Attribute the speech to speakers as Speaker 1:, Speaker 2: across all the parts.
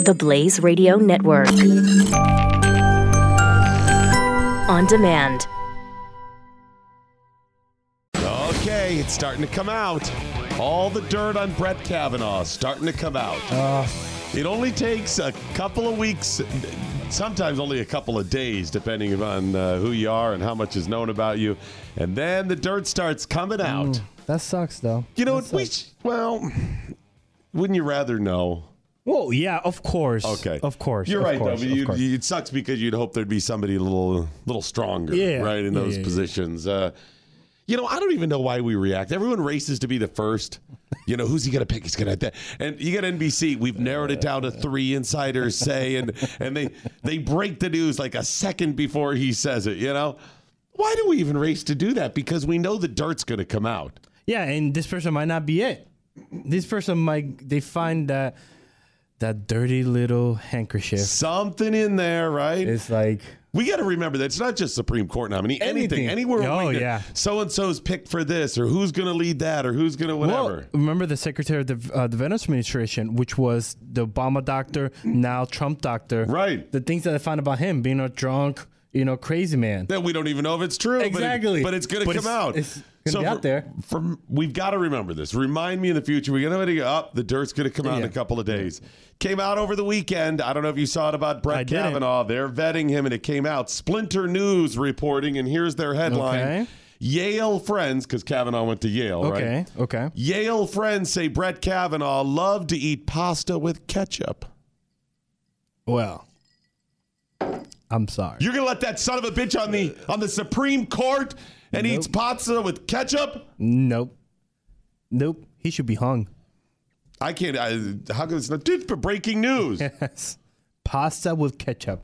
Speaker 1: The Blaze Radio Network. On demand.
Speaker 2: Okay, it's starting to come out. All the dirt on Brett Kavanaugh is starting to come out. it only takes a couple of weeks, sometimes only a couple of days, depending on uh, who you are and how much is known about you. And then the dirt starts coming out.
Speaker 3: That sucks, though.
Speaker 2: You know,
Speaker 3: That
Speaker 2: we
Speaker 3: sucks.
Speaker 2: sh- well, wouldn't you rather know?
Speaker 4: Whoa, yeah, of course.
Speaker 2: Okay,
Speaker 4: Of course.
Speaker 2: You're
Speaker 4: of
Speaker 2: right,
Speaker 4: course,
Speaker 2: though.
Speaker 4: of
Speaker 2: but
Speaker 4: course.
Speaker 2: you- you- it sucks because you'd hope there'd be somebody a little, little stronger,
Speaker 4: Yeah.
Speaker 2: right, in
Speaker 4: Yeah,
Speaker 2: those
Speaker 4: yeah, yeah.
Speaker 2: positions. Uh, you know, I don't even know why we react. Everyone races to be the first. You know, who's he going to pick? He's going to. And you got NBC. We've narrowed it down to three insiders say, and and they they break the news like a second before he says it. You know, why do we even race to do that? Because we know the dirt's going to come out.
Speaker 4: Yeah, and this person might not be it. This person might they find that that dirty little handkerchief.
Speaker 2: Something in there, right?
Speaker 3: It's like
Speaker 2: We got to remember that it's not just Supreme Court nominee. Anything,
Speaker 3: Anything.
Speaker 2: anywhere.
Speaker 4: Oh, yeah.
Speaker 2: So and so's picked for this, or who's going to lead that, or who's going to whatever.
Speaker 4: Well, remember the secretary of the, uh, the Venezuelan administration, which was the Obama doctor, now Trump doctor.
Speaker 2: Right.
Speaker 4: The things that I found about him being a drunk, you know, crazy man.
Speaker 2: Then we don't even know if it's true. but it-
Speaker 4: Exactly.
Speaker 2: But, it's going to
Speaker 4: But
Speaker 2: come
Speaker 4: it's-
Speaker 2: out.
Speaker 4: it's gonna be out
Speaker 2: for-
Speaker 4: there.
Speaker 2: for- we've got to remember this. Remind me in the future. We're going to up. "Oh, The dirt's going to come out in
Speaker 4: Yeah.
Speaker 2: a couple of days. Came out over the weekend. I don't know if you saw it about Brett
Speaker 4: I didn't.
Speaker 2: Kavanaugh. They're vetting him, and it came out. Splinter News reporting, and here's their headline:
Speaker 4: Okay.
Speaker 2: Yale friends, because Kavanaugh went to Yale, right?
Speaker 4: Okay. Okay.
Speaker 2: Yale friends say Brett Kavanaugh loved to eat pasta with ketchup.
Speaker 4: Well, I'm sorry.
Speaker 2: You're gonna let that son of a bitch on the on the Supreme Court and eats pasta with ketchup?
Speaker 4: nope. Nope. He should be hung.
Speaker 2: I can't. I, how come it's not? Dude, for breaking news.
Speaker 4: Yes. Pasta with ketchup.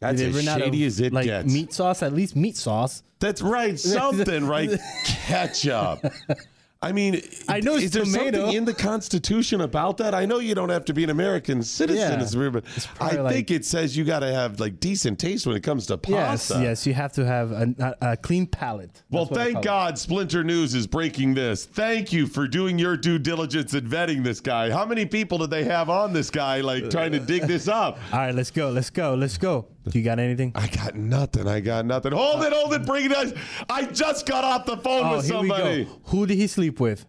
Speaker 2: That's
Speaker 4: They
Speaker 2: as
Speaker 4: ran out
Speaker 2: shady
Speaker 4: of,
Speaker 2: as it
Speaker 4: um, like,
Speaker 2: gets.
Speaker 4: Meat sauce, at least meat sauce.
Speaker 2: That's right. Something right. ketchup. I mean,
Speaker 4: I know it's
Speaker 2: is there
Speaker 4: tomato.
Speaker 2: something in the Constitution about that? I know you don't have to be an American citizen,
Speaker 4: Yeah.
Speaker 2: it's weird, but
Speaker 4: It's
Speaker 2: I
Speaker 4: probably
Speaker 2: think
Speaker 4: like-
Speaker 2: it says you got to have like decent taste when it comes to pasta.
Speaker 4: Yes, yes, you have to have a, a, a clean palate. That's
Speaker 2: Well,
Speaker 4: what they
Speaker 2: thank
Speaker 4: call
Speaker 2: God Splinter News is breaking this. Thank you for doing your due diligence and vetting this guy. How many people did they have on this guy, like trying to dig this up?
Speaker 4: it. All right, let's go, let's go, let's go. Do you got anything?
Speaker 2: I got nothing. I got nothing. Hold it, hold it, bring it up. I just got off the phone
Speaker 4: Uh, Oh,
Speaker 2: with
Speaker 4: here we
Speaker 2: somebody.
Speaker 4: go. Who did he sleep with?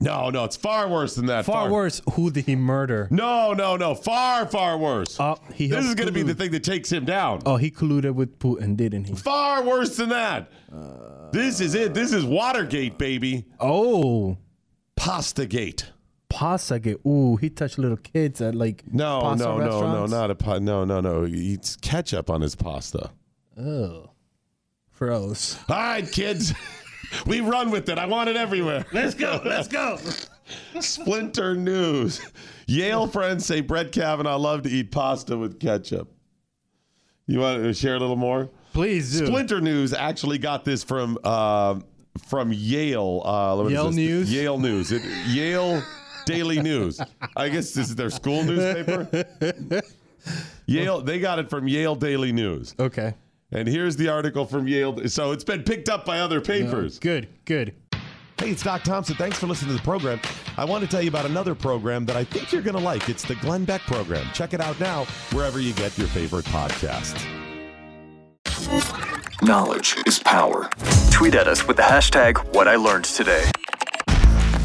Speaker 2: No, no, it's far worse than that.
Speaker 4: Far worse, who did he murder?
Speaker 2: No, no, no. Far, far worse.
Speaker 4: Oh, he
Speaker 2: this
Speaker 4: helped
Speaker 2: is going to be the
Speaker 4: collude.
Speaker 2: thing that takes him down.
Speaker 4: Oh, he colluded with Putin, didn't he?
Speaker 2: Far worse than that.
Speaker 4: uh,
Speaker 2: this is it. This is Watergate, baby.
Speaker 4: Oh,
Speaker 2: Pastagate.
Speaker 4: Pasage. Ooh, he touched little kids at like
Speaker 2: No,
Speaker 4: pasta
Speaker 2: no, no, no,
Speaker 4: restaurants.
Speaker 2: not a pa- no, no, no. He eats ketchup on his pasta.
Speaker 4: Oh, gross.
Speaker 2: All right, kids, we run with it. I want it everywhere.
Speaker 4: Let's go, let's go.
Speaker 2: Splinter News: Yale friends say Brett Kavanaugh loved to eat pasta with ketchup. You want to share a little more?
Speaker 4: Please do.
Speaker 2: Splinter News actually got this from uh, from Yale. Uh, let me
Speaker 4: Yale
Speaker 2: just-
Speaker 4: News?
Speaker 2: Yale News. It, Yale Daily News. I guess this is their school newspaper. Yale. They got it from Yale Daily News.
Speaker 4: Okay.
Speaker 2: And here's the article from Yale. So it's been picked up by other papers.
Speaker 4: Good, good.
Speaker 2: Hey, it's Doc Thompson. Thanks for listening to the program. I want to tell you about another program that I think you're going to like. It's the Glenn Beck program. Check it out now wherever you get your favorite podcasts.
Speaker 5: Knowledge is power. Tweet at us with the hashtag what I learned today.